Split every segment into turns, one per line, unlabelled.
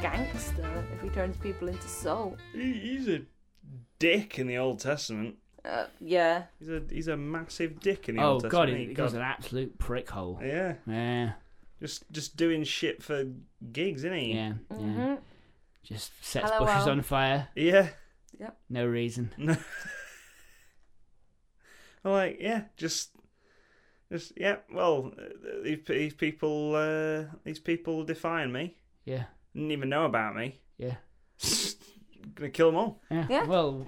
gangster if he turns people into salt.
He, he's a dick in the Old Testament.
Uh, yeah.
He's a he's a massive dick in the
Oh
Old
god,
Testament.
he,
ain't
he
he?
was an absolute prick hole.
Yeah,
Yeah,
just just doing shit for gigs, isn't he?
yeah,
Mm-hmm.
yeah.
Mhm.
Just sets
Hello,
bushes
world.
on fire.
Yeah.
No reason.
No. I'm like, yeah, just, just, yeah. Well, uh, these, these people, uh, these people defying me.
Yeah,
Didn't even know about me.
yeah.
Gonna kill them all.
Yeah.
Yeah.
Well,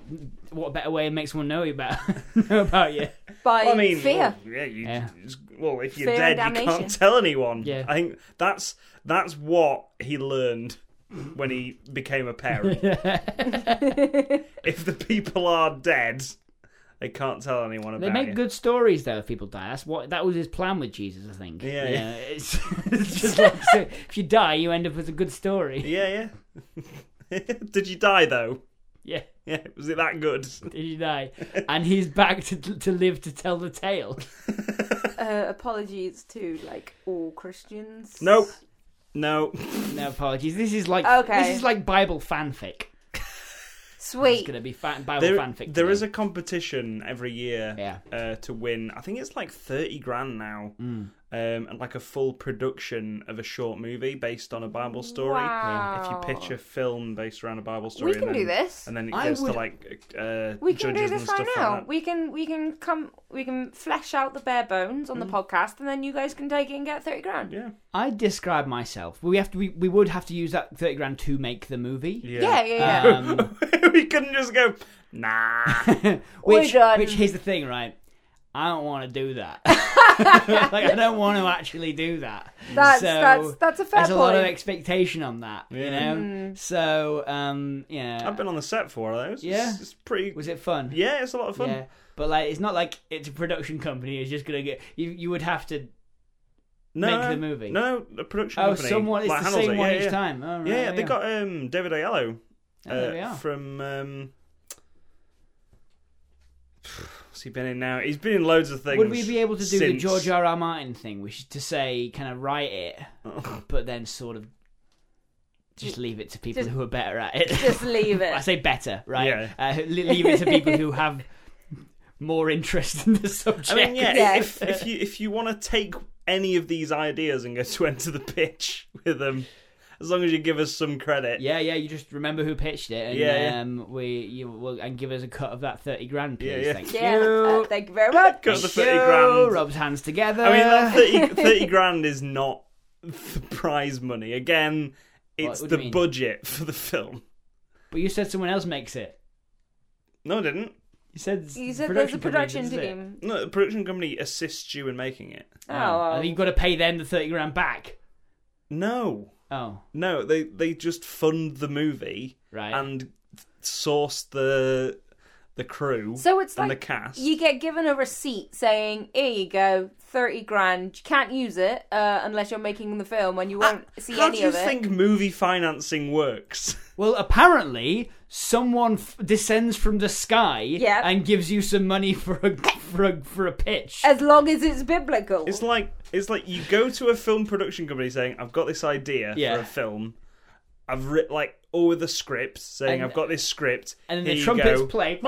what better way to make someone know you about know about you?
By
Well, I mean,
fear.
well, yeah, you,
Yeah.
just- well, if you're
Fear and
dead, you
damnation.
can't tell anyone.
Yeah.
I think that's that's what he learned when he became a parent. if the people are dead, they can't tell anyone about
They make
you.
good stories though. If people die, that's what that was his plan with Jesus, I think.
Yeah,
You
yeah.
know, It's, it's just like so if you die, you end up with a good story.
Yeah, yeah. Did you die though?
Yeah,
Yeah, was it that good?
did you die? And he's back to to live to tell the tale.
Uh, apologies to like all Christians.
Nope. No.
No apologies. This is like
Okay.
this is like Bible fanfic. It's
Sweet.
gonna be fan, Bible
There,
fanfic.
there
today.
is a competition every year
Yeah.
uh, to win. I think it's like 30 grand now.
Hmm.
Um, and like a full production of a short movie based on a Bible story.
Wow.
If you pitch a film based around a Bible story,
We can
and
do
then,
this.
And then it
I
goes
would-
to like uh,
We can do
judges
this
and
right
stuff
now.
like that.
We can we can come we can flesh out the bare bones on the podcast, and then you guys can take it and get thirty grand.
Yeah.
I describe myself. We have to. We, we would have to use that thirty grand to make the movie.
yeah, yeah. yeah.
Ah.
Um,
we couldn't just go, nah.
which,
done.
which here's the thing, right? I don't want to do that. like I don't want to actually do that.
That's-
so,
that's- that's a fair
There's a lot of
point. Mm.
expectation on that, you
Yeah.
know. So, um, yeah,
I've been on the set for one of those.
Yeah.
It's, it's pretty.
was it fun?
Yeah, it's a lot of fun.
Yeah. But like, it's not like it's a production company. It's just gonna get you. You would have to.
No,
Make
no,
the movie.
No, the production
Oh,
company.
someone. It's
like,
the
handles
same
it.
one
yeah,
each
yeah.
time. Oh, right,
Yeah,
yeah,
they got um, David Aiello
Oh, there we
uh,
are.
from. Um, what's he been in now? He's been in loads of things.
Would we be able to do the
since-
George R. R. Martin thing, which is to say, kind of write it, but then sort of just leave it to people
Just-
who are better at it?
Just leave
I
it.
say better, right?
Yeah.
Uh, le- leave it to people who have more interest in the subject.
I mean, yeah.
Yeah.
If, if you if you want to take any of these ideas and go to enter the pitch with them, as long as you give us some credit.
Yeah, yeah, You just remember who pitched it, and
Yeah, yeah.
um, we you will, and give us a cut of that thirty grand, please.
Yeah, yeah.
Thank
Yeah.
you.
Uh, thank you very much.
Cut the
Thank
30
you.
grand.
Rubs hands together.
I mean, that 30, 30 grand is not the prize money. Again, it's
what do you
the
mean?
budget for the film.
but you said someone else makes it.
No, I didn't.
You said
You said there's a
production company
production
does it.
team.
No, the production company assists you in making it.
Oh,
Oh,
well.
and you've got to pay them the thirty grand back.
No,
Oh,
no, they they just fund the movie
right.
and source the the crew
So it's
and
like
the cast.
you get given a receipt saying, "Here you go, thirty grand. You can't use it uh, unless you're making the film, and
Ah,
you won't see
How
any
do you
of it."
think movie financing works?
well, apparently, someone f- descends from the sky
Yeah.
and gives you some money for a for a, for a pitch.
As long as it's biblical,
It's like it's like you go to a film production company saying, "I've got this idea
Yeah.
for a film. I've writ like all the scripts saying I've got this script,
and then
Here
the
you
trumpets
go.
play.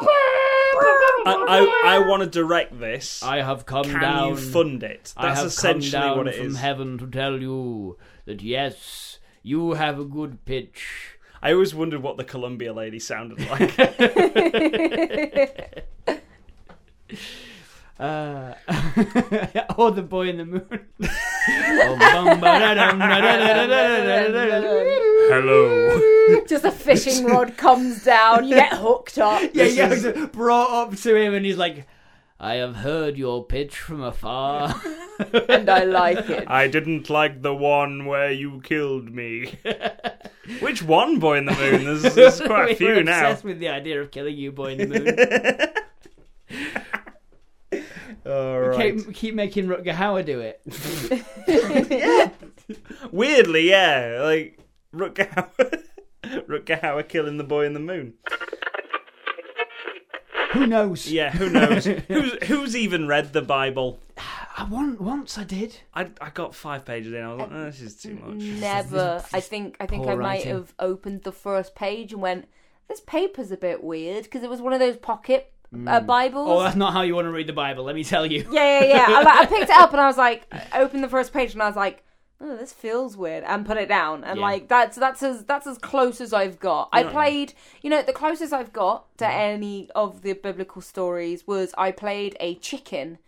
I, I I want to direct this.
I have come
Can
down.
you fund it?
I
That's
have
essentially
come down
what it
from
is.
heaven to tell you that yes, you have a good pitch.
I always wondered what the Columbia lady sounded like.
Uh, or the boy in the moon. Oh, bum, ba-da-dum, da-da-da-da-da-da-da.
Hello.
just a fishing rod comes down, you get hooked up.
yeah, yeah. he's Brought up to him, and he's like, "I have heard your pitch from afar."
and I like
Ah,
it.
I didn't like the one where you killed me. Which one, boy in the moon? There's, there's quite a
We were
few now.
Obsessed with the idea of killing you, boy in the moon.
All right.
keep, keep making Rutger Hauer do it.
Weirdly, yeah, like Rutger Hauer, Rutger Hauer killing the boy in the moon.
Who knows?
Yeah, who knows? who's who's even read the Bible?
I want once I did.
I, I got five pages in. I was like, oh, this is too much.
Never. I think I think
Poor
I might
writing.
have opened the first page and went, "This paper's a bit weird" because it was one of those pocket uh, Bibles.
Oh, that's not how you want to read the Bible. Let me tell you.
Yeah, yeah, yeah. I, like, I picked it up and I was like, I opened the first page and I was like, oh, this feels weird, and put it down. And
Yeah.
like that's that's as that's as close as I've got. I
Yeah.
played, you know, the closest I've got
Mm-hmm.
to any of the biblical stories was I played a chicken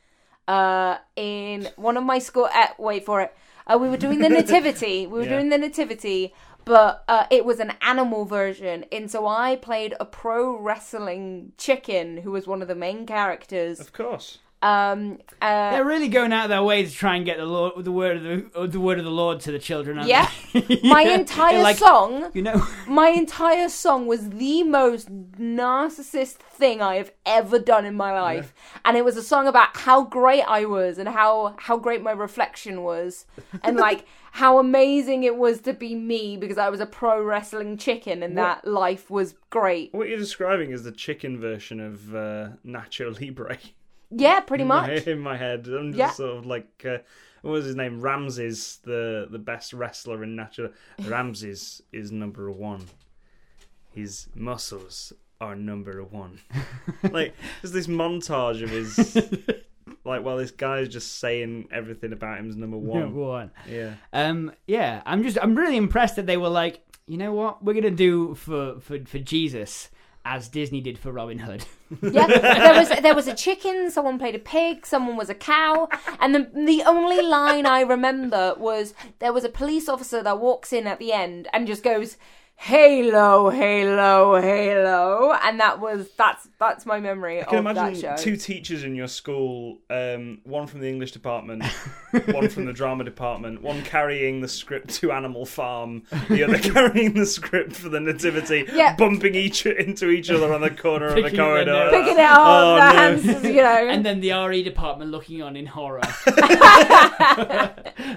uh, in one of my school. Uh, wait for it. Uh, we were doing the nativity. We were
Yeah.
doing the nativity, but uh, it was an animal version, and so I played a pro wrestling chicken who was one of the main characters.
Of course.
Um, uh,
They're really going out of their way to try and get the Lord, the word of the, uh, the word of the Lord to the children. Aren't
Yeah.
they?
my
Yeah.
entire
They're like,
song,
You know,
my entire song was the most narcissist thing I have ever done in my life, and it was a song about how great I was and how how great my reflection was, and like how amazing it was to be me because I was a pro wrestling chicken and that life was great.
What you're describing is the chicken version of uh, Nacho Libre.
Yeah,
Mm,
pretty much.
In my head, I'm just
Yeah.
sort of like, uh, what was his name? Ramses, the the best wrestler in Nacho. Ramses is number one. His muscles are number one. like, there's this montage of his. Like, well, this guy is just saying everything about him is number one.
one.
Yeah.
Um, yeah, I'm just I'm really impressed that they were like, you know what, we're gonna do for for, for Jesus as Disney did for Robin Hood.
Yeah, there was there was a chicken. Someone played a pig. Someone was a cow. And the the only line I remember was there was a police officer that walks in at the end and just goes, "Halo, Halo, Halo," and that was that's that's my memory
I can
of that show.
imagine two teachers in your school, um, one from the English department, one from the drama department, one carrying the script to Animal Farm, the other carrying the script for the Nativity,
Yeah.
bumping each into each other on the corner of the
Picking up their
corridor.
nails.
Picking it up,
Oh,
the
no.
hands, you know.
and then the RE department looking on in horror.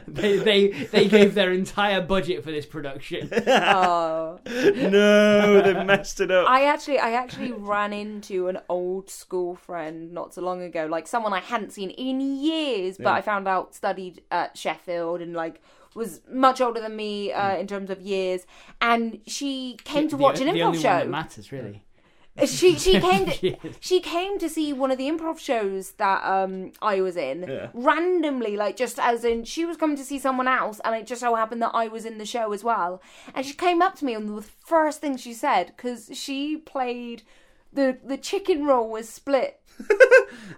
they, they they gave their entire budget for this production.
oh.
No, they've messed it up.
I actually, I actually ran into an old school friend not so long ago, like someone I hadn't seen in years, but I found out studied at Sheffield and like was much older than me uh, in terms of years, and she came to
Hmm. The-
watch
the,
an improv
only one that
show.
matters really.
Uh, She she came to,
Yes.
she came to see one of the improv shows that um I was in
Yeah.
randomly, like just as in she was coming to see someone else, and it just so happened that I was in the show as well. And she came up to me, and the first thing she said, because she played the the chicken roll was split.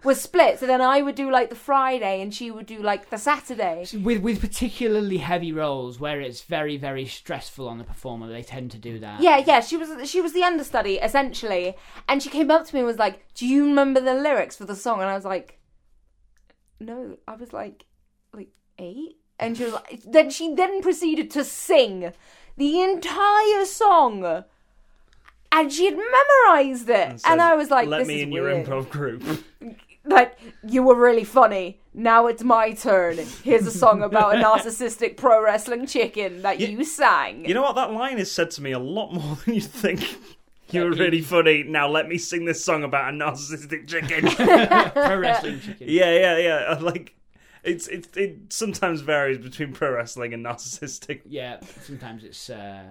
was split, so then I would do like the Friday and she would do like the Saturday.
With with particularly heavy roles where it's very very stressful on the performer, they tend to do that.
Yeah, yeah, she was she was the understudy essentially, and she came up to me and was like, "Do you remember the lyrics for the song?" And I was like, "No." I was like, "Like eight? And she was like, then she then proceeded to sing the entire song, and she had memorized it. And,
Says,
I was like,
"Let
this
me
is
in
weird."
your improv group."
Like you were really funny. Now it's my turn. Here's a song about a narcissistic pro wrestling chicken that you, sang.
You know what? That line is said to me a lot more than you'd think. You're really funny. Now let me sing this song about a narcissistic chicken.
Pro wrestling chicken.
Yeah, yeah, yeah. I Like it's it's it sometimes varies between pro wrestling and narcissistic.
Yeah, sometimes it's uh,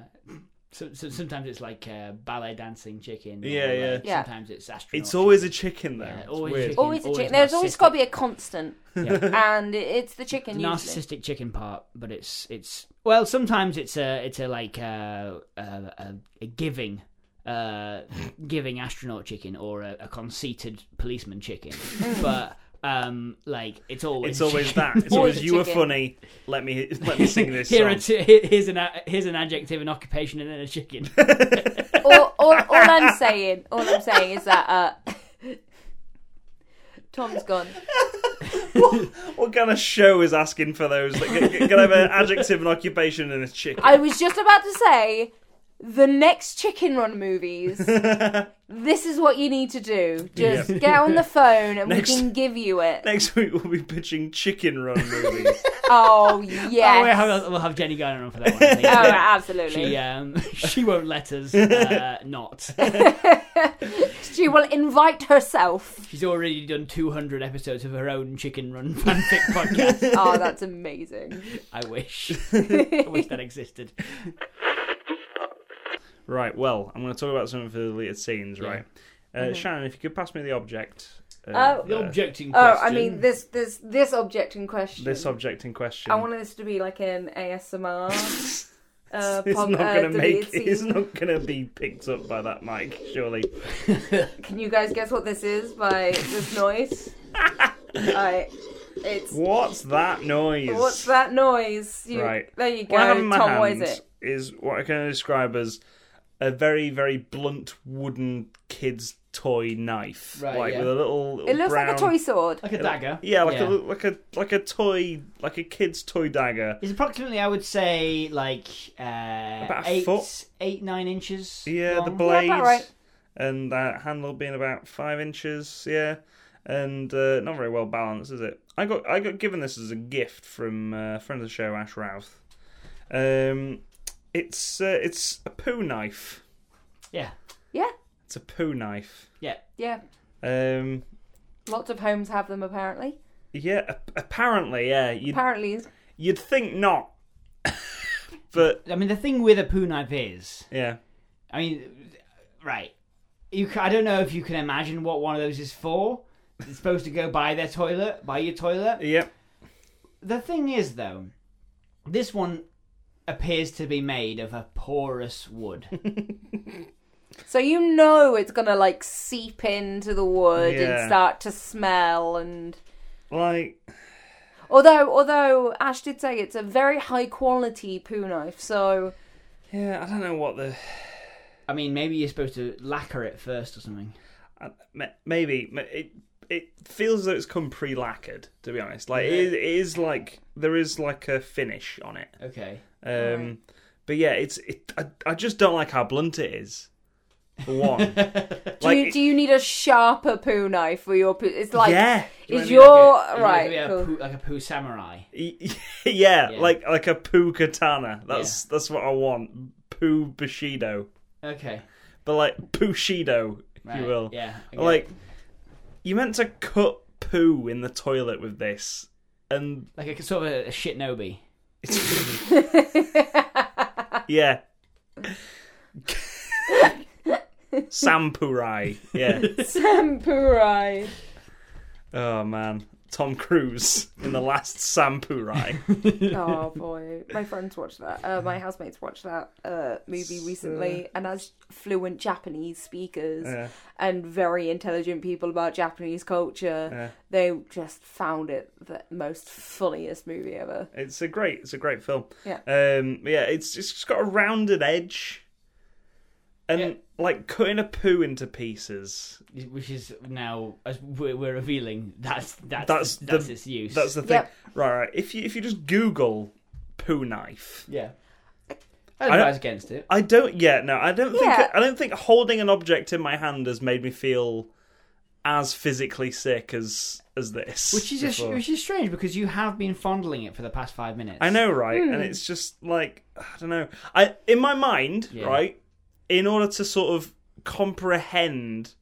so, so sometimes it's like uh, ballet dancing chicken. or,
Yeah, yeah.
like,
Yeah.
Sometimes it's astronaut.
It's always a chicken though.
Yeah,
It's
always a
weird.
chicken.
always a
always
chicken. There's always
narcissistic.
got to be a constant,
Yeah.
and it- it's the chicken. usually.
narcissistic chicken part, but it's it's well sometimes it's a it's a like uh, a, a, a giving uh giving astronaut chicken or a, a conceited policeman chicken,
Mm.
but um like it's always
It's always
chicken.
that. It's
Always
always
a
you were
chicken.
funny. Let me let me sing this
Here are
song.
two, here- here's an a- here's an adjective, an occupation, and then a chicken.
all, all, all I'm saying, all I'm saying is that uh, Tom's gone.
What kind of show is asking for those? Like, can, can I have an adjective, an occupation, and a chicken?
I was just about to say the next Chicken Run movies, this is what you need to do. Just
Yeah.
get on the phone and
Next-
we can give you it.
Next week we'll be pitching Chicken Run movies.
Oh,
Oh,
yes.
we'll, have, we'll have Jenny Garner on for that one. I think.
Oh, absolutely.
She um, she won't let us uh, not.
She will invite herself.
She's already done 200 episodes of her own Chicken Run fanfic podcast.
Oh, that's amazing.
I wish. I wish that existed.
right. Well, I'm going to talk about some of the deleted scenes. Right. Uh, Shannon, if you could pass me the object. Uh,
Oh.
The
there.
objecting
Oh,
question.
I mean, this this this object in question.
This object in question.
I wanted this to be like an ASMR. uh,
it's
pod-
not
uh,
gonna
deleted
make. It's
scene.
not gonna be picked up by that mic, surely.
Can you guys guess what this is by this noise? I, it's
What's that noise?
what's that noise? You,
Right.
There you go.
What I have in my
Tom,
hand
what is it?
is what I can describe as a very, very blunt wooden kid's toy knife,
Right,
like
yeah.
with a little. little
It looks
brown...
like a toy sword.
like a dagger.
Yeah, like a like a like a toy, like a kid's toy dagger.
It's approximately, I would say, like uh,
About a
eight,
foot.
eight, nine inches.
Yeah, the
long.
blade
about right.
and that handle being about five inches. Yeah, and uh, not very well balanced, is it? I got I got given this as a gift from uh, friend of the show Ash Routh. Um, it's uh, it's a poo knife.
Yeah,
Yeah,
It's a poo knife.
yeah.
yeah.
Um,
Lots of homes have them apparently.
yeah, ap- apparently, yeah. You'd,
Apparently, it's-
you'd think not, but
I mean, the thing with a poo knife is,
yeah,
I mean, right. You, ca- I don't know if you can imagine what one of those is for. It's supposed to go by their toilet, by your toilet.
yep.
The thing is, though, this one appears to be made of a porous wood.
so you know it's gonna like seep into the wood
Yeah.
and start to smell and.
Like,
Although, although Ash did say it's a very high quality poo knife, so
yeah, I don't know what the
I mean, maybe you're supposed to lacquer it first or something.
I- Uh, ma- maybe ma- it it feels as though it's come pre-lacquered. To be honest, like it, is, it is like there is like a finish on it.
Okay.
Um, But yeah, it's it. I, I just don't like how blunt it is. For one,
do, you, do you need a sharper poo knife for your poo? It's like
yeah,
is
You
your
wanna make it- you wanna
right
make it
cool.
a poo, like a poo samurai.
yeah, yeah,
Yeah.
like like a poo katana. That's that's what I want. Poo bushido.
Okay.
but like Bushido, if
Right.
you will.
Yeah. I get
Like
it.
you meant to cut poo in the toilet with this, and
like a sort of a, a shit nobi.
yeah, Sampurai. Yeah.
Sampurai.
oh man, Tom Cruise in the last Sampurai.
Oh boy, my friends watched that. Uh, my housemates watched that uh, movie recently, and as fluent Japanese speakers
Yeah.
and very intelligent people about Japanese culture,
Yeah.
they just found it the most funniest movie ever.
It's a great, it's a great film.
Yeah.
Um. Yeah. It's it's just got a rounded edge, and
Yeah.
like cutting a poo into pieces.
which is now as we're, we're revealing that's that's
That's
that's,
the-
its use.
That's the thing.
Yep.
Right, right. If you if you just Google poo knife,
yeah.
don't-
I advise against it.
I don't. Yeah, no, I don't think.
Yeah.
I don't think holding an object in my hand has made me feel as physically sick as as this.
Which is a,
before.
which is strange because you have been fondling it for the past five minutes.
I know, right?
Hmm.
And it's just like I don't know. I in my mind,
Yeah.
right? In order to sort of comprehend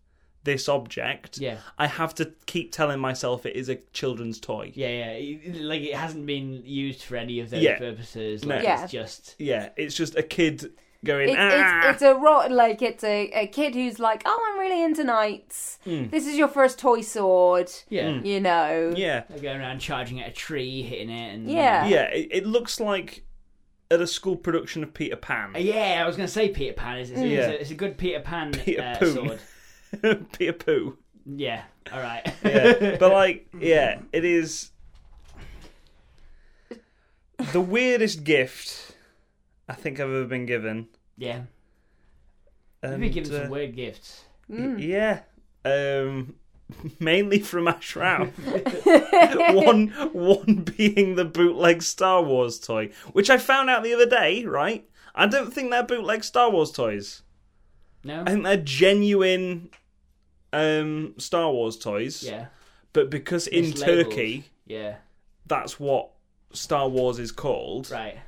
this object,
Yeah.
I have to keep telling myself it is a children's toy.
Yeah, yeah. it- Like it hasn't been used for any of those
Yeah.
purposes.
No.
Like
Yeah.
it's just
Yeah, it's just a kid going.
It's,
ah!
it's, it's a rot like it's a, a kid who's like, oh, I'm really into knights. This is your first toy sword,
Hmm. yeah.
Mm.
you know.
yeah.
mm, They're going around charging at a tree, hitting it, and
Yeah.
yeah, it, it looks like at a school production of Peter
Uh,
Pan.
yeah. I was going to say Peter Pan is it's,
Mm.
a-
Yeah.
it's, a, it's a good Peter Pan
Peter
uh,
Poon.
sword.
Peter Pooh.
Yeah, all right.
Yeah. but like, yeah, it is the weirdest gift I think I've ever been given.
yeah,
And,
we've been given
uh,
some weird gifts.
y- Yeah. Um mainly from Ash Rao. one one being the bootleg Star Wars toy, which I found out the other day, right? I don't think they're bootleg Star Wars toys.
No.
I think they're genuine um, Star Wars toys.
Yeah.
But because in
Mislabeled.
Turkey
Yeah.
that's what Star Wars is called.
Right.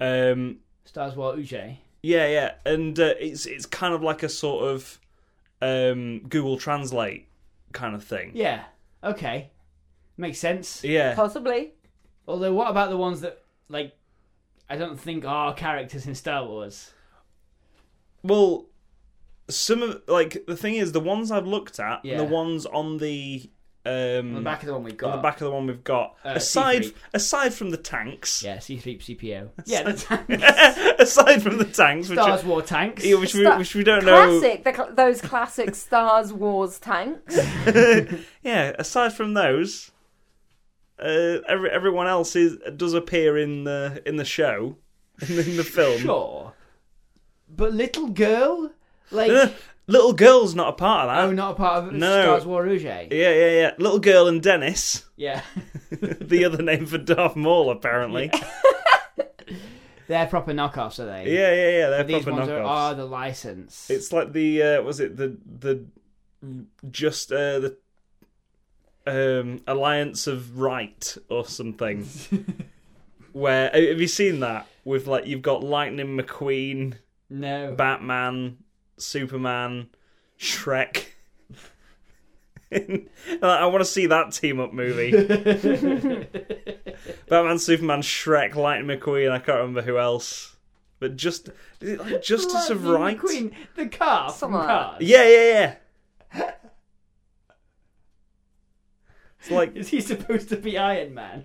Um,
Star Wars Uje.
yeah, yeah, and uh, it's it's kind of like a sort of um, Google Translate kind of thing.
Yeah. Okay. Makes sense.
Yeah.
Possibly.
Although, what about the ones that like I don't think are characters in Star Wars?
Well, some of like the thing is the ones I've looked at, and
Yeah.
the ones on the um,
On the back of the one we got.
on the back of the one we've got,
Uh,
aside
C3.
aside from the tanks,
Yeah, C three CPO. Yeah, the tanks.
aside from the tanks, which
Star
are-
Wars tanks.
yeah, which, we,
Star-
which we don't know.
Classic, the cl- those classic Star Wars tanks.
Yeah, aside from those, uh, every, everyone else is does appear in the in the show, in the, in the film.
Sure. But little girl, like
Little girl's not a part of that.
oh, not a part of
No.
Star Wars Uje.
Yeah, yeah, yeah. Little girl and Dennis,
Yeah.
the other name for Darth Maul, apparently.
They're proper knockoffs, are they?
Yeah, yeah, yeah. They're
These
proper
ones are,
knockoffs.
are the license.
It's like the uh, was it the the just uh, the um, alliance of right or something. Where have you seen that with like you've got Lightning McQueen,
no.
Batman, Superman, Shrek. I want to see that team up movie. Batman, Superman, Shrek, Lightning McQueen. I can't remember who else, but just is it like Justice of Right.
Lightning McQueen, the car from
Something like that.
Cars.
Yeah, yeah, yeah. It's like
Is he supposed to be Iron Man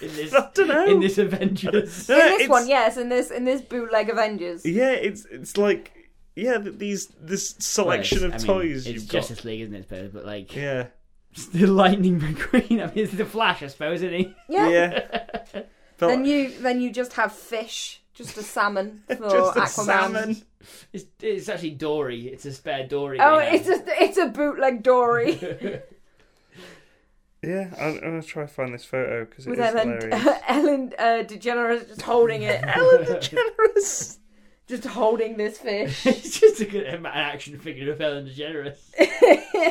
in this
I don't know.
in this Avengers?
No,
In
no,
this
it's-
one, yes, in this in this bootleg Avengers.
yeah, it's it's like yeah, th- these this selection
Well,
of
it's- I mean,
toys
It's
you've got.
Justice League, isn't it? Suppose, but like
Yeah,
the Lightning McQueen. I mean, it's the Flash, I suppose, isn't he?
Yeah.
yeah. But
Then you then you just have fish, just a salmon for
just a
Aquaman.
salmon.
It's, it's actually Dory. It's a spare Dory.
Oh,
they have.
it's a it's a bootleg dory
Yeah, I'm, I'm gonna try and find this photo because
with
is
Ellen
hilarious.
Ellen uh, DeGeneres just holding it,
Ellen DeGeneres.
just holding this fish.
it's just a good an action figure of Ellen DeGeneres.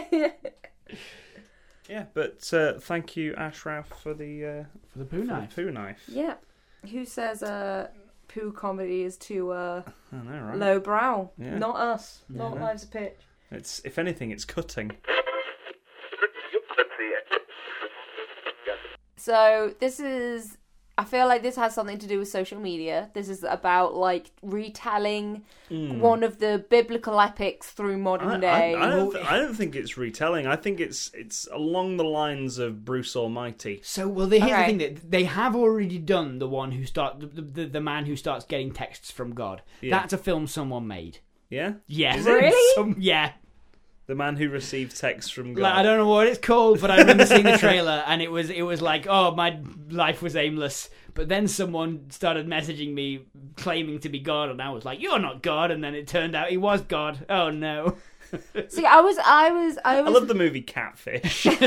yeah, but uh, thank you, Ashraf, for the uh,
For the poo
for the
knife.
poo knife.
yeah, who says uh poo comedy is too uh
I know, right?
low brow?
Yeah.
Not us. Not
Yeah.
Lives a Pitch.
It's if anything, it's cutting.
So this is. I feel like this has something to do with social media. This is about like retelling
Mm.
one of the biblical epics through
I,
modern day.
Hmm. I, I, don't th- I don't think it's retelling. I think it's it's along the lines of Bruce Almighty.
So well, they, here's
Alright.
the thing that they have already done the one who start the, the, the man who starts getting texts from God. That's a film someone made.
Yeah,
Yeah,
Is
it? Really?
Some- yeah.
the man who received texts from God.
Like, I don't know what it's called, but I remember seeing the trailer, and it was it was like, oh, my life was aimless. But then someone started messaging me claiming to be God, and I was like, you're not God. And then it turned out he was God. Oh no.
See, I was, I was, I
I
was.
love the movie Catfish.
Oh,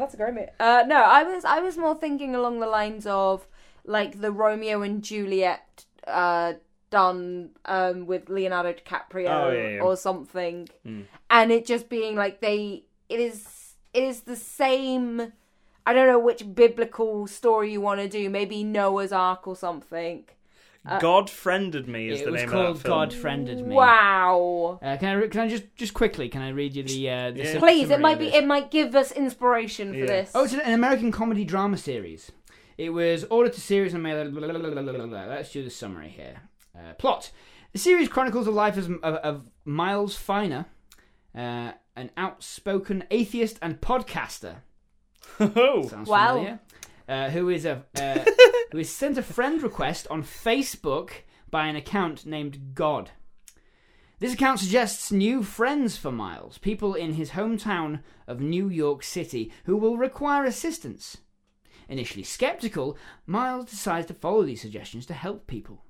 that's a great bit. Uh, no, I was, I was more thinking along the lines of like the Romeo and Juliet uh, done um, with Leonardo DiCaprio
Oh, yeah, yeah. Hmm.
or something, and it just being like they. It is, it is the same. I don't know which biblical story you want to do. Maybe Noah's Ark or something.
God friended me is
it
the
was
name
called
of that film.
God friended me.
Wow.
Uh, can I re- can I just just quickly can I read you the uh, the
Yeah.
sum-
Please, it
summary
might
of
be,
this?
it might give us inspiration for
Yeah.
this.
Oh, it's an American comedy drama series. It was ordered to series and made. Let's do the summary here. Uh, plot: The series chronicles the life of, of, of Miles Finer, uh, an outspoken atheist and podcaster.
Oh,
Sounds
Wow.
familiar. Uh, who is a uh, who is sent a friend request on Facebook by an account named God. This account suggests new friends for Miles, people in his hometown of New York City who will require assistance. Initially skeptical, Miles decides to follow these suggestions to help people.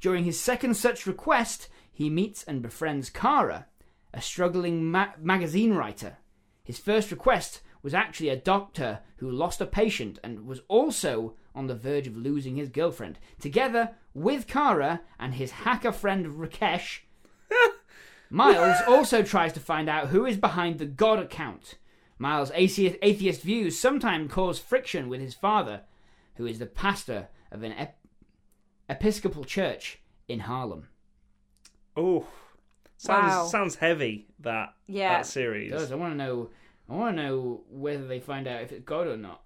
During his second such request, he meets and befriends Kara, a struggling ma- magazine writer. His first request was actually a doctor who lost a patient and was also on the verge of losing his girlfriend. Together with Kara and his hacker friend Rakesh, Miles also tries to find out who is behind the God account. Miles' athe- atheist views sometimes cause friction with his father, who is the pastor of an ep- Episcopal church in Harlem.
Oh, sounds
Wow.
sounds heavy that
Yeah.
that series.
Does I want to know? I want to know whether they find out if it's God or not.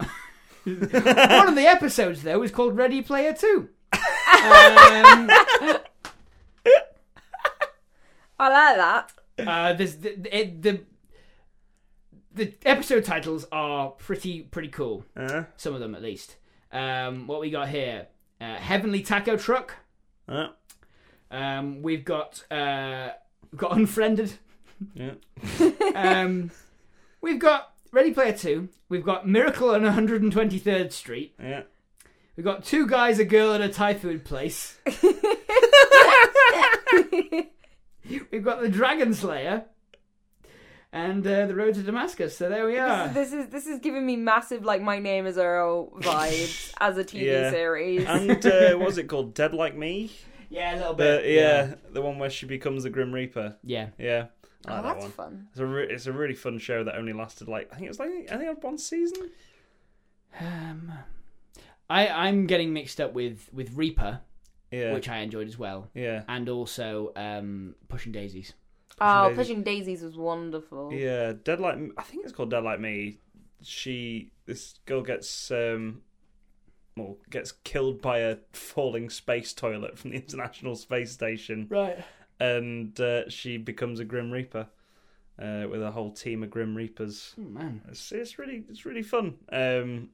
One of the episodes though is called Ready Player Two. um,
I like that.
uh, there's the, the, it- the the episode titles are pretty pretty cool.
Uh,
Some of them at least. Um, what we got here? Uh, Heavenly Taco Truck.
uh,
Um, we've got uh, got unfriended.
yeah.
Um, we've got Ready Player Two. We've got Miracle on 123rd Street.
Yeah.
We've got two guys, a girl, and a Thai food place. We've got the Dragon Slayer and uh, the Road to Damascus. So there we are.
This is this is giving me massive like my name is Earl vibes as a TV
Yeah.
series.
And uh, what was it called? Dead Like Me?
Yeah, a little
The,
bit.
Uh, yeah, the one where she becomes the Grim Reaper.
Yeah.
Yeah. I
oh,
like that
that's
one.
fun.
It's a re- it's a really fun show that only lasted like I think it was like I think it had one season.
Um, I I'm getting mixed up with with Reaper,
Yeah,
which I enjoyed as well,
yeah,
and also um, Pushing Daisies.
Oh,
Daisies.
Pushing Daisies was wonderful.
yeah. Dead like I think it's called Dead Like Me. She this girl gets um, well gets killed by a falling space toilet from the International Space Station,
Right.
and uh, she becomes a Grim Reaper uh, with a whole team of Grim Reapers.
Oh, man.
It's, it's really it's really fun. Um,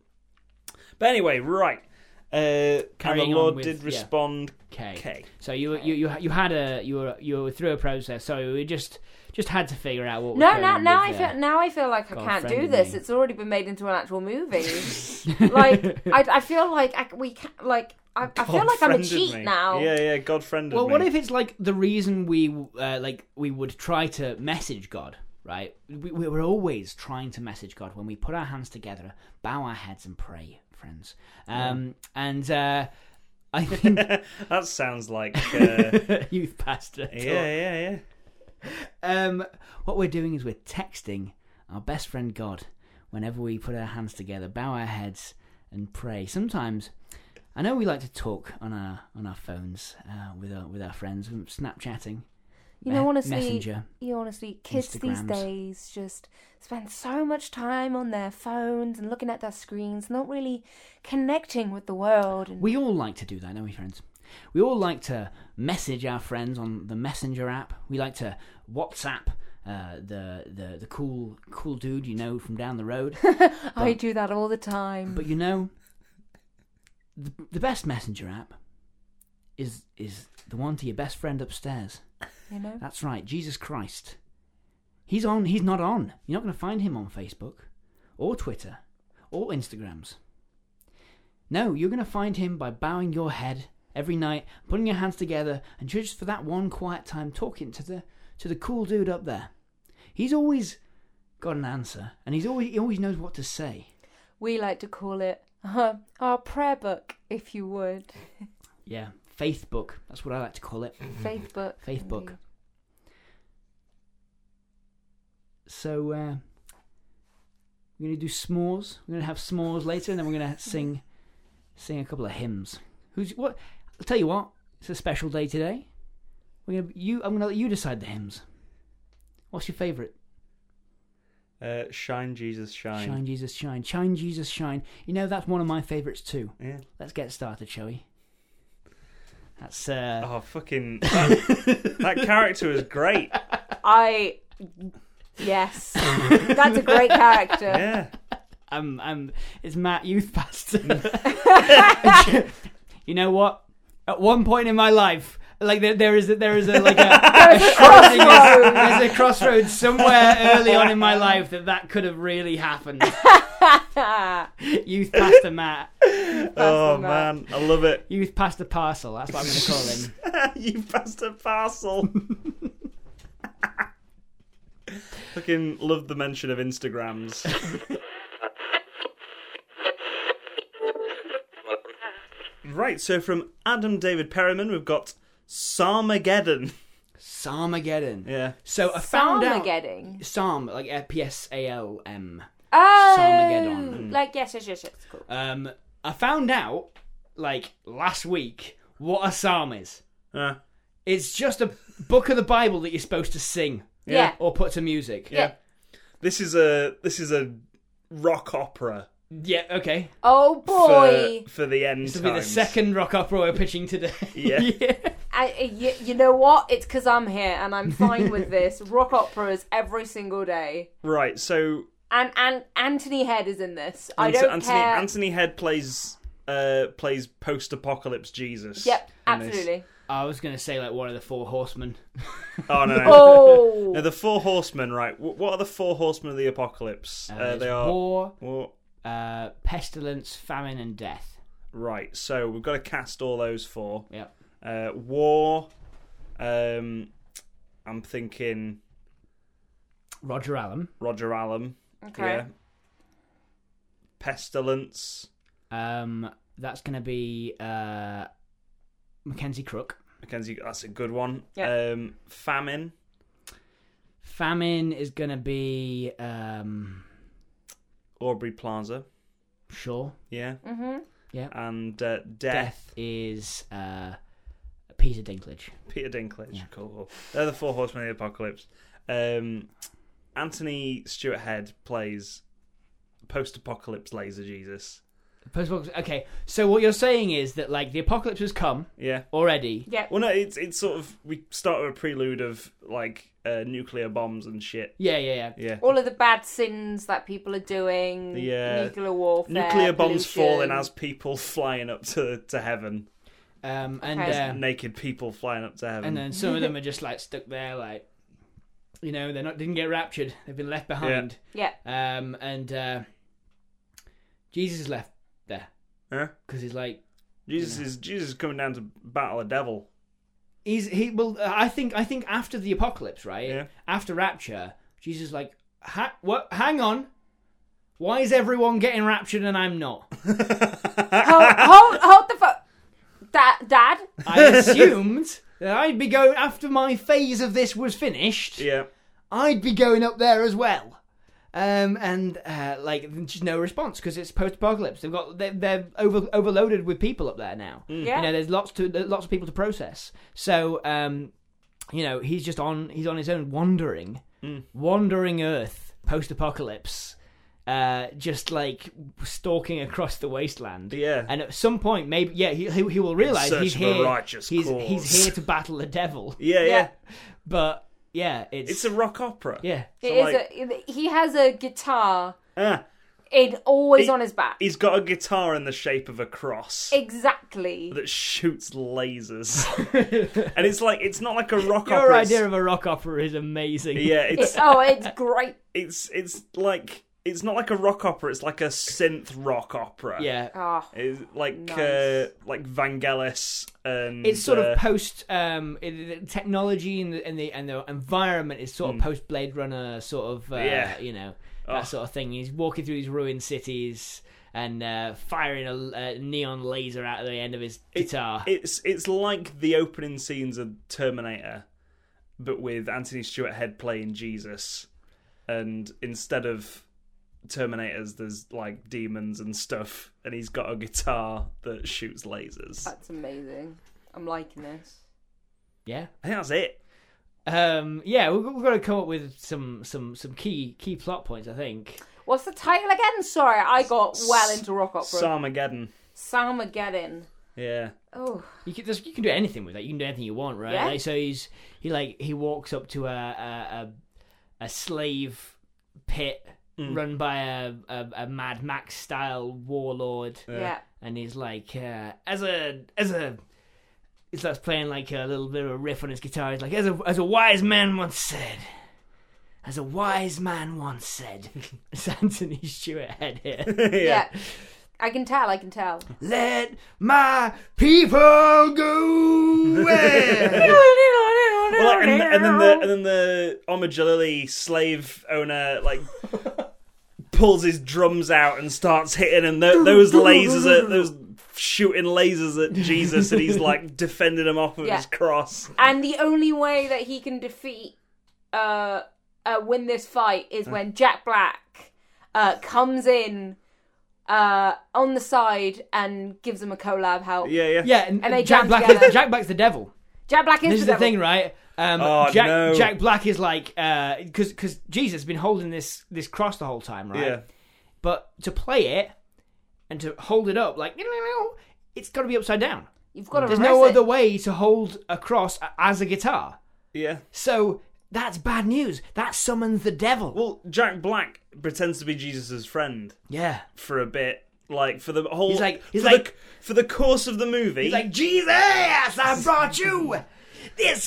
but anyway, right. Uh, and the
Carrying on
Lord
with-
did
yeah.
respond.
Okay.
Okay.
So you you you you had a you were you were through a process. So we just just had to figure out what. was
No,
going
now
on
now I
with,
feel now I feel like I
God,
can't do
friended
this.
me.
It's already been made into an actual movie.
uh,
like I, I feel like I, we can like I, I feel
God
like I'm a
friended
cheat
me.
now.
Yeah, yeah. God friended
Well,
me.
what if it's like the reason we uh, like we would try to message God, right? We, we were always trying to message God when we put our hands together, bow our heads, and pray, friends. Um, And uh, I think
that sounds like uh,
youth pastor.
yeah,
talk.
yeah, yeah.
Um, what we're doing is we're texting our best friend God whenever we put our hands together, bow our heads, and pray. Sometimes, I know we like to talk on our on our phones uh, with our with our friends, um, Snapchatting.
You know,
me-
honestly,
Messenger.
you honestly, kids these
Instagrams.
days just spend so much time on their phones and looking at their screens, not really connecting with the world. And
We all like to do that, don't we, friends? We all like to message our friends on the Messenger app. We like to WhatsApp uh, the the the cool cool dude you know from down the road.
I do that all the time.
but you know, the, the best Messenger app is is the one to your best friend upstairs.
you know,
That's right, Jesus Christ. He's on. He's not on. You're not going to find him on Facebook, or Twitter, or Instagrams. No, you're going to find him by bowing your head every night, putting your hands together, and just for that one quiet time, talking to the to the cool dude up there. He's always got an answer, and he's always he always knows what to say.
we like to call it uh, our prayer book, if you would,
Yeah, faith book. That's what I like to call it.
faith book.
Faith book.
indeed.
So uh, we're gonna do s'mores. We're gonna have s'mores later, and then we're gonna sing sing a couple of hymns. Who's what? I'll tell you what. It's a special day today. We're gonna you. I'm gonna let you decide the hymns. What's your favourite?
Uh, shine, Jesus, shine.
Shine Jesus Shine. Shine Jesus Shine. You know that's one of my favourites too.
Yeah.
Let's get started, shall we? That's uh
Oh, fucking that, that character was great.
I yes, that's a great character.
Yeah,
I'm I'm it's Matt Youth Pastor. Mm. you know what? At one point in my life, like there, there is a, there is a like a, a crossing, there's, there's a crossroads somewhere early on in my life that that could have really happened. Youth Pastor Matt,
oh
Pastor Matt.
man, I love it.
Youth Pastor Parcel. That's what I'm going to call him.
you bastard parcel. Fucking love the mention of Instagrams. Right, so from Adam David Perriman, we've got Sarmageddon.
Sarmageddon.
Yeah.
So I found out.
Sarmageddon.
Psalm, like uh, P S A L M.
Oh,
Sarmageddon.
like yes, yes, yes, yes. Cool.
Um, I found out like last week what a psalm is.
Uh,
It's just a book of the Bible that you're supposed to sing
Yeah.
or put to music.
yeah. This is a this is a rock opera
Yeah, okay.
Oh
for,
boy,
for the end
This will be the
times.
second rock opera we're pitching today.
Yeah.
I, I- you, you know what? It's because I'm here and I'm fine with this. Rock operas every single day,
Right, so
and and Anthony Head is in this.
Oh,
I
Ant-
don't
Anthony
care.
Anthony Head plays uh plays post apocalypse Jesus.
Yep,
in this.
absolutely.
I was going to say, like, one of the four horsemen.
Oh no. no.
Oh,
No, the four horsemen, right? W- What are the four horsemen of the apocalypse? Uh,
there's
they are
war,
Well,
uh, pestilence, famine, and death.
right. So we've got to cast all those four.
Yep.
Uh, war. Um, I'm thinking
Roger Allen.
Roger Allen.
okay.
Pestilence.
Um, that's going to be uh, Mackenzie Crook.
Mackenzie, that's a good one.
Yeah.
Um, famine.
Famine is going to be um,
Aubrey Plaza.
Shaw.
Yeah.
Mm-hmm.
And uh, death,
Death is uh, Peter Dinklage.
Peter Dinklage.
Yeah.
Cool. They're the four horsemen of the apocalypse. Um, Anthony Stewart Head plays post-apocalypse laser Jesus.
Post-apocalypse- Okay, so what you're saying is that like the apocalypse has come
Yeah.
already.
Yeah.
Well, no, it's it's sort of we start with a prelude of like uh, nuclear bombs and shit.
Yeah, yeah, yeah.
Yeah,
All of the bad sins that people are doing.
Yeah.
Nuclear warfare.
nuclear bombs falling
pollution.
as people flying up to to heaven,
Um, and
Okay.
uh,
naked people flying up to heaven.
and then some of them are just like stuck there, like you know they are not didn't get raptured. They've been left behind.
Yeah.
Um, and uh, Jesus is left there
Huh?
because he's like
Jesus is Jesus is coming down to battle the devil.
he's he will. I think I think after the apocalypse, right?
Yeah.
After rapture, Jesus is like ha- what? Hang on. Why is everyone getting raptured and I'm not?
Hold, hold, hold the phone. Da- Dad?
I assumed that I'd be going after my phase of this was finished.
Yeah,
I'd be going up there as well. Um, and uh, like just no response because it's post-apocalypse. They've got they're, they're over, overloaded with people up there
Hmm.
now.
Yeah.
You know, there's lots to there's lots of people to process. So um, you know, he's just on he's on his own wandering,
Hmm.
wandering Earth post-apocalypse, uh, just like stalking across the wasteland.
Yeah.
And at some point, maybe yeah, he he he will realize
search
he's
of a
here.
righteous
he's
cause.
he's here to battle the devil.
yeah, yeah.
Yeah.
But yeah, it's
It's a rock opera.
yeah.
It
So,
is a, he has a guitar
Ah,
in always
He-
on his back.
he's got a guitar in the shape of a cross.
exactly.
that shoots lasers, and it's like it's not like a rock
Your
opera. it's-
idea of a rock opera is amazing.
yeah, it's
It's- oh, it's great.
it's it's like it's not like a rock opera. It's like a synth rock opera.
Yeah.
Oh,
It's like
Nice.
uh, like Vangelis and
It's sort
uh,
of post um, i- the technology and the, and the and the environment is sort of post Blade Runner sort of uh,
Hmm. Yeah.
you know that sort of thing. He's walking through these ruined cities and uh, firing a, a neon laser out of the end of his guitar.
it's it's like the opening scenes of Terminator, but with Anthony Stewart Head playing Jesus, and instead of Terminators, there's like demons and stuff, and he's got a guitar that shoots lasers.
that's amazing. I'm liking this.
yeah,
I think that's it.
um, yeah. We've, we've got to come up with some some some key key plot points. I think.
What's the title again? Sorry, I got well into rock opera.
Sarmageddon.
Sarmageddon.
Yeah.
Oh,
You can just, you can do anything with that. You can do anything you want, right?
Yeah.
Like, so he's he like he walks up to a a, a, a slave pit run by a, a a Mad Max style warlord,
yeah.
and he's like uh, as a as a he starts playing like a little bit of a riff on his guitar. He's like as a as a wise man once said. As a wise man once said, it's Anthony Stewart head here.
yeah.
yeah. I can tell, I can tell.
Let my people go away.
Well, like, and, and then the and then the Omajalili slave owner like pulls his drums out and starts hitting, and tho- those lasers are those shooting lasers at Jesus and he's like defending him off of
Yeah.
his cross.
And the only way that he can defeat, uh, uh win this fight
Hmm.
is when Jack Black, uh, comes in, uh, on the side and gives him a collab help.
Yeah, yeah.
Yeah, and,
And they
Jack
jam
Black
together.
is Jack Black's the devil.
Jack Black is
This is the
devil.
thing, right? Um,
Oh,
Jack
no.
Jack Black is like because because Jesus has been holding this this cross the whole time, right?
Yeah.
But to play it and to hold it up, like it's got to be upside down.
You've got to
There's
reverse
no
it.
other way to hold a cross a- as a guitar.
Yeah.
So that's bad news. That summons the devil.
Well, Jack Black pretends to be Jesus' friend
yeah.
for a bit. Like for the whole
He's like- he's
for, the,
like-
for the course of the movie.
He's like, Jesus, I brought you this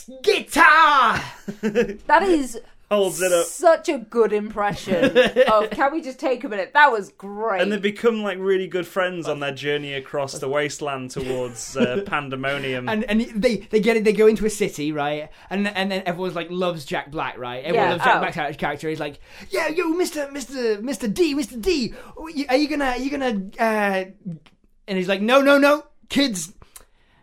guitar.
That is
holds it up.
such a good impression of. Can we just take a minute? That was great.
And they become like really good friends on their journey across the wasteland towards uh, pandemonium.
And and they they get it. They go into a city, right? And and then everyone's like loves Jack Black, right? Everyone
Yeah,
loves Jack
oh.
Black's char- character. He's like, yeah, yo, Mister Mister Mister D, Mister D, are you- are you gonna are you gonna? Uh... And he's like, no, no, no, kids.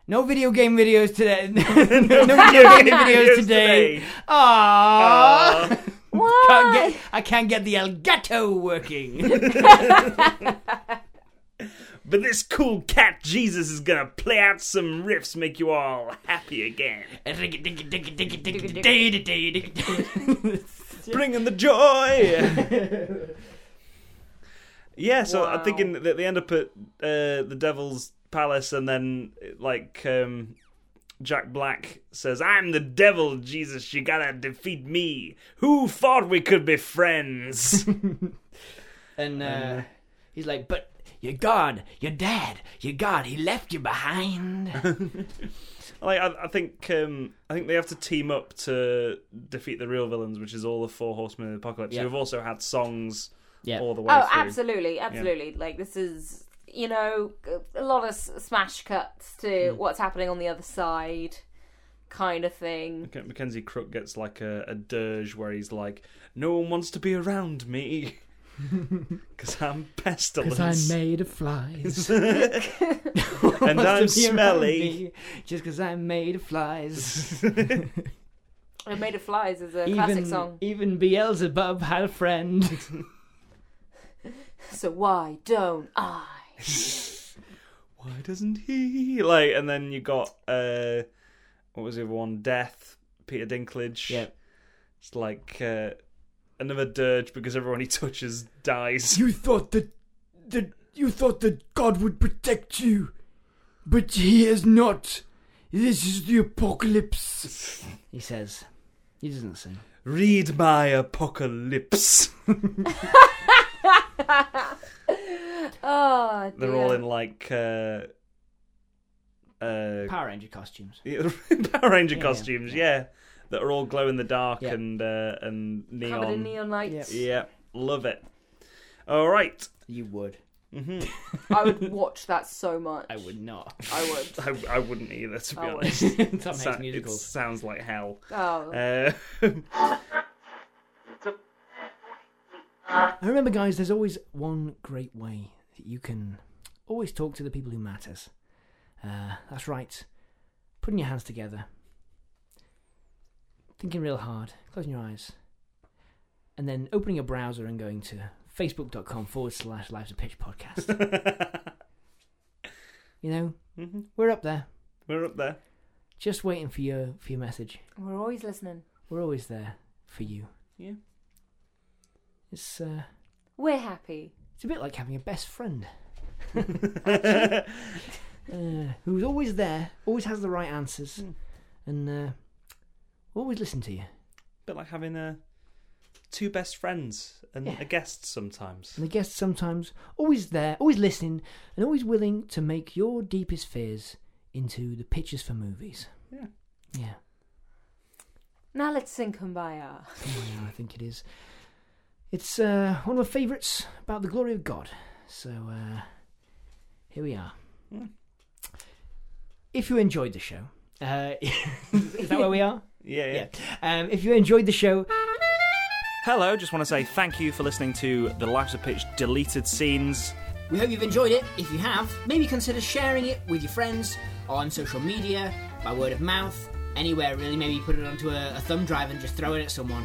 No video game videos today. no video game videos
videos
today.
today.
Aww.
Uh,
Why?
Can't get, I can't get the Elgato working.
but this cool cat Jesus is gonna play out some riffs, make you all happy again, bringing the joy. yeah, so I'm
Wow.
thinking that they end up at uh, the Devil's Palace, and then like um, Jack Black says, "I'm the devil, Jesus. You gotta defeat me. Who thought we could be friends?"
and uh, he's like, but your God, your dad, your God, he left you behind.
Like I, I think um, I think they have to team up to defeat the real villains, which is all the four horsemen of the apocalypse,
Yeah.
who have also had songs
Yeah.
all the way
Oh,
through.
absolutely, absolutely. Like this is, you know, a lot of s- smash cuts to
Hmm.
what's happening on the other side, kind of thing.
Mac- Mackenzie Crook gets like a, a dirge where he's like, "No one wants to be around me because I'm pestilence
made of flies.
and I'm smelly."
Just because I'm made of flies.
And Made of Flies is a classic song.
even Beelzebub had a friend.
So why don't I?
Why doesn't he like? And then you got uh, what was the other one? Death. Peter Dinklage.
Yeah.
It's like uh, another dirge because everyone he touches dies.
You thought that, that you thought that God would protect you, but He has not. This is the apocalypse. He says. He doesn't sing.
Read my apocalypse.
Oh,
They're
dear.
all in like uh uh
Power Ranger costumes.
yeah, Power Ranger
Yeah, yeah,
costumes, yeah. That are all glow in the dark
Yeah.
and uh and
covered in
neon.
neon lights.
Yeah, love it. All right.
You would.
Mhm.
I would watch that so much.
I would not.
I would.
I, I wouldn't either to be
I would.
honest.
that makes
Sa- it
musicals.
sounds like hell.
Oh,
Uh,
I remember, guys. There's always one great way that you can always talk to the people who matters. Uh, that's right. Putting your hands together, thinking real hard, closing your eyes, and then opening a browser and going to facebook.com forward slash Lives of Pitch podcast. you know,
mhm.
we're up there,
We're up there.
just waiting for your for your message.
we're always listening.
We're always there for you.
Yeah.
It's uh,
We're happy.
it's a bit like having a best friend. uh, who's always there, always has the right answers,
Mm.
and uh, will always listen to you.
bit like having uh, two best friends and
Yeah.
a guest sometimes.
And the guests sometimes always there, always listening, and always willing to make your deepest fears into the pitches for movies.
Yeah.
Yeah,
Now let's sing Kumbaya.
yeah, I think it is. It's uh, one of my favourites about the glory of God. So uh, here we are.
Mm.
If you enjoyed the show, uh, is that where we are?
Yeah, yeah.
Um, if you enjoyed the show,
Hello, just want to say thank you for listening to the Lives of Pitch deleted scenes.
We hope you've enjoyed it. If you have, maybe consider sharing it with your friends on social media, by word of mouth, anywhere really. Maybe put it onto a, a thumb drive and just throw it at someone.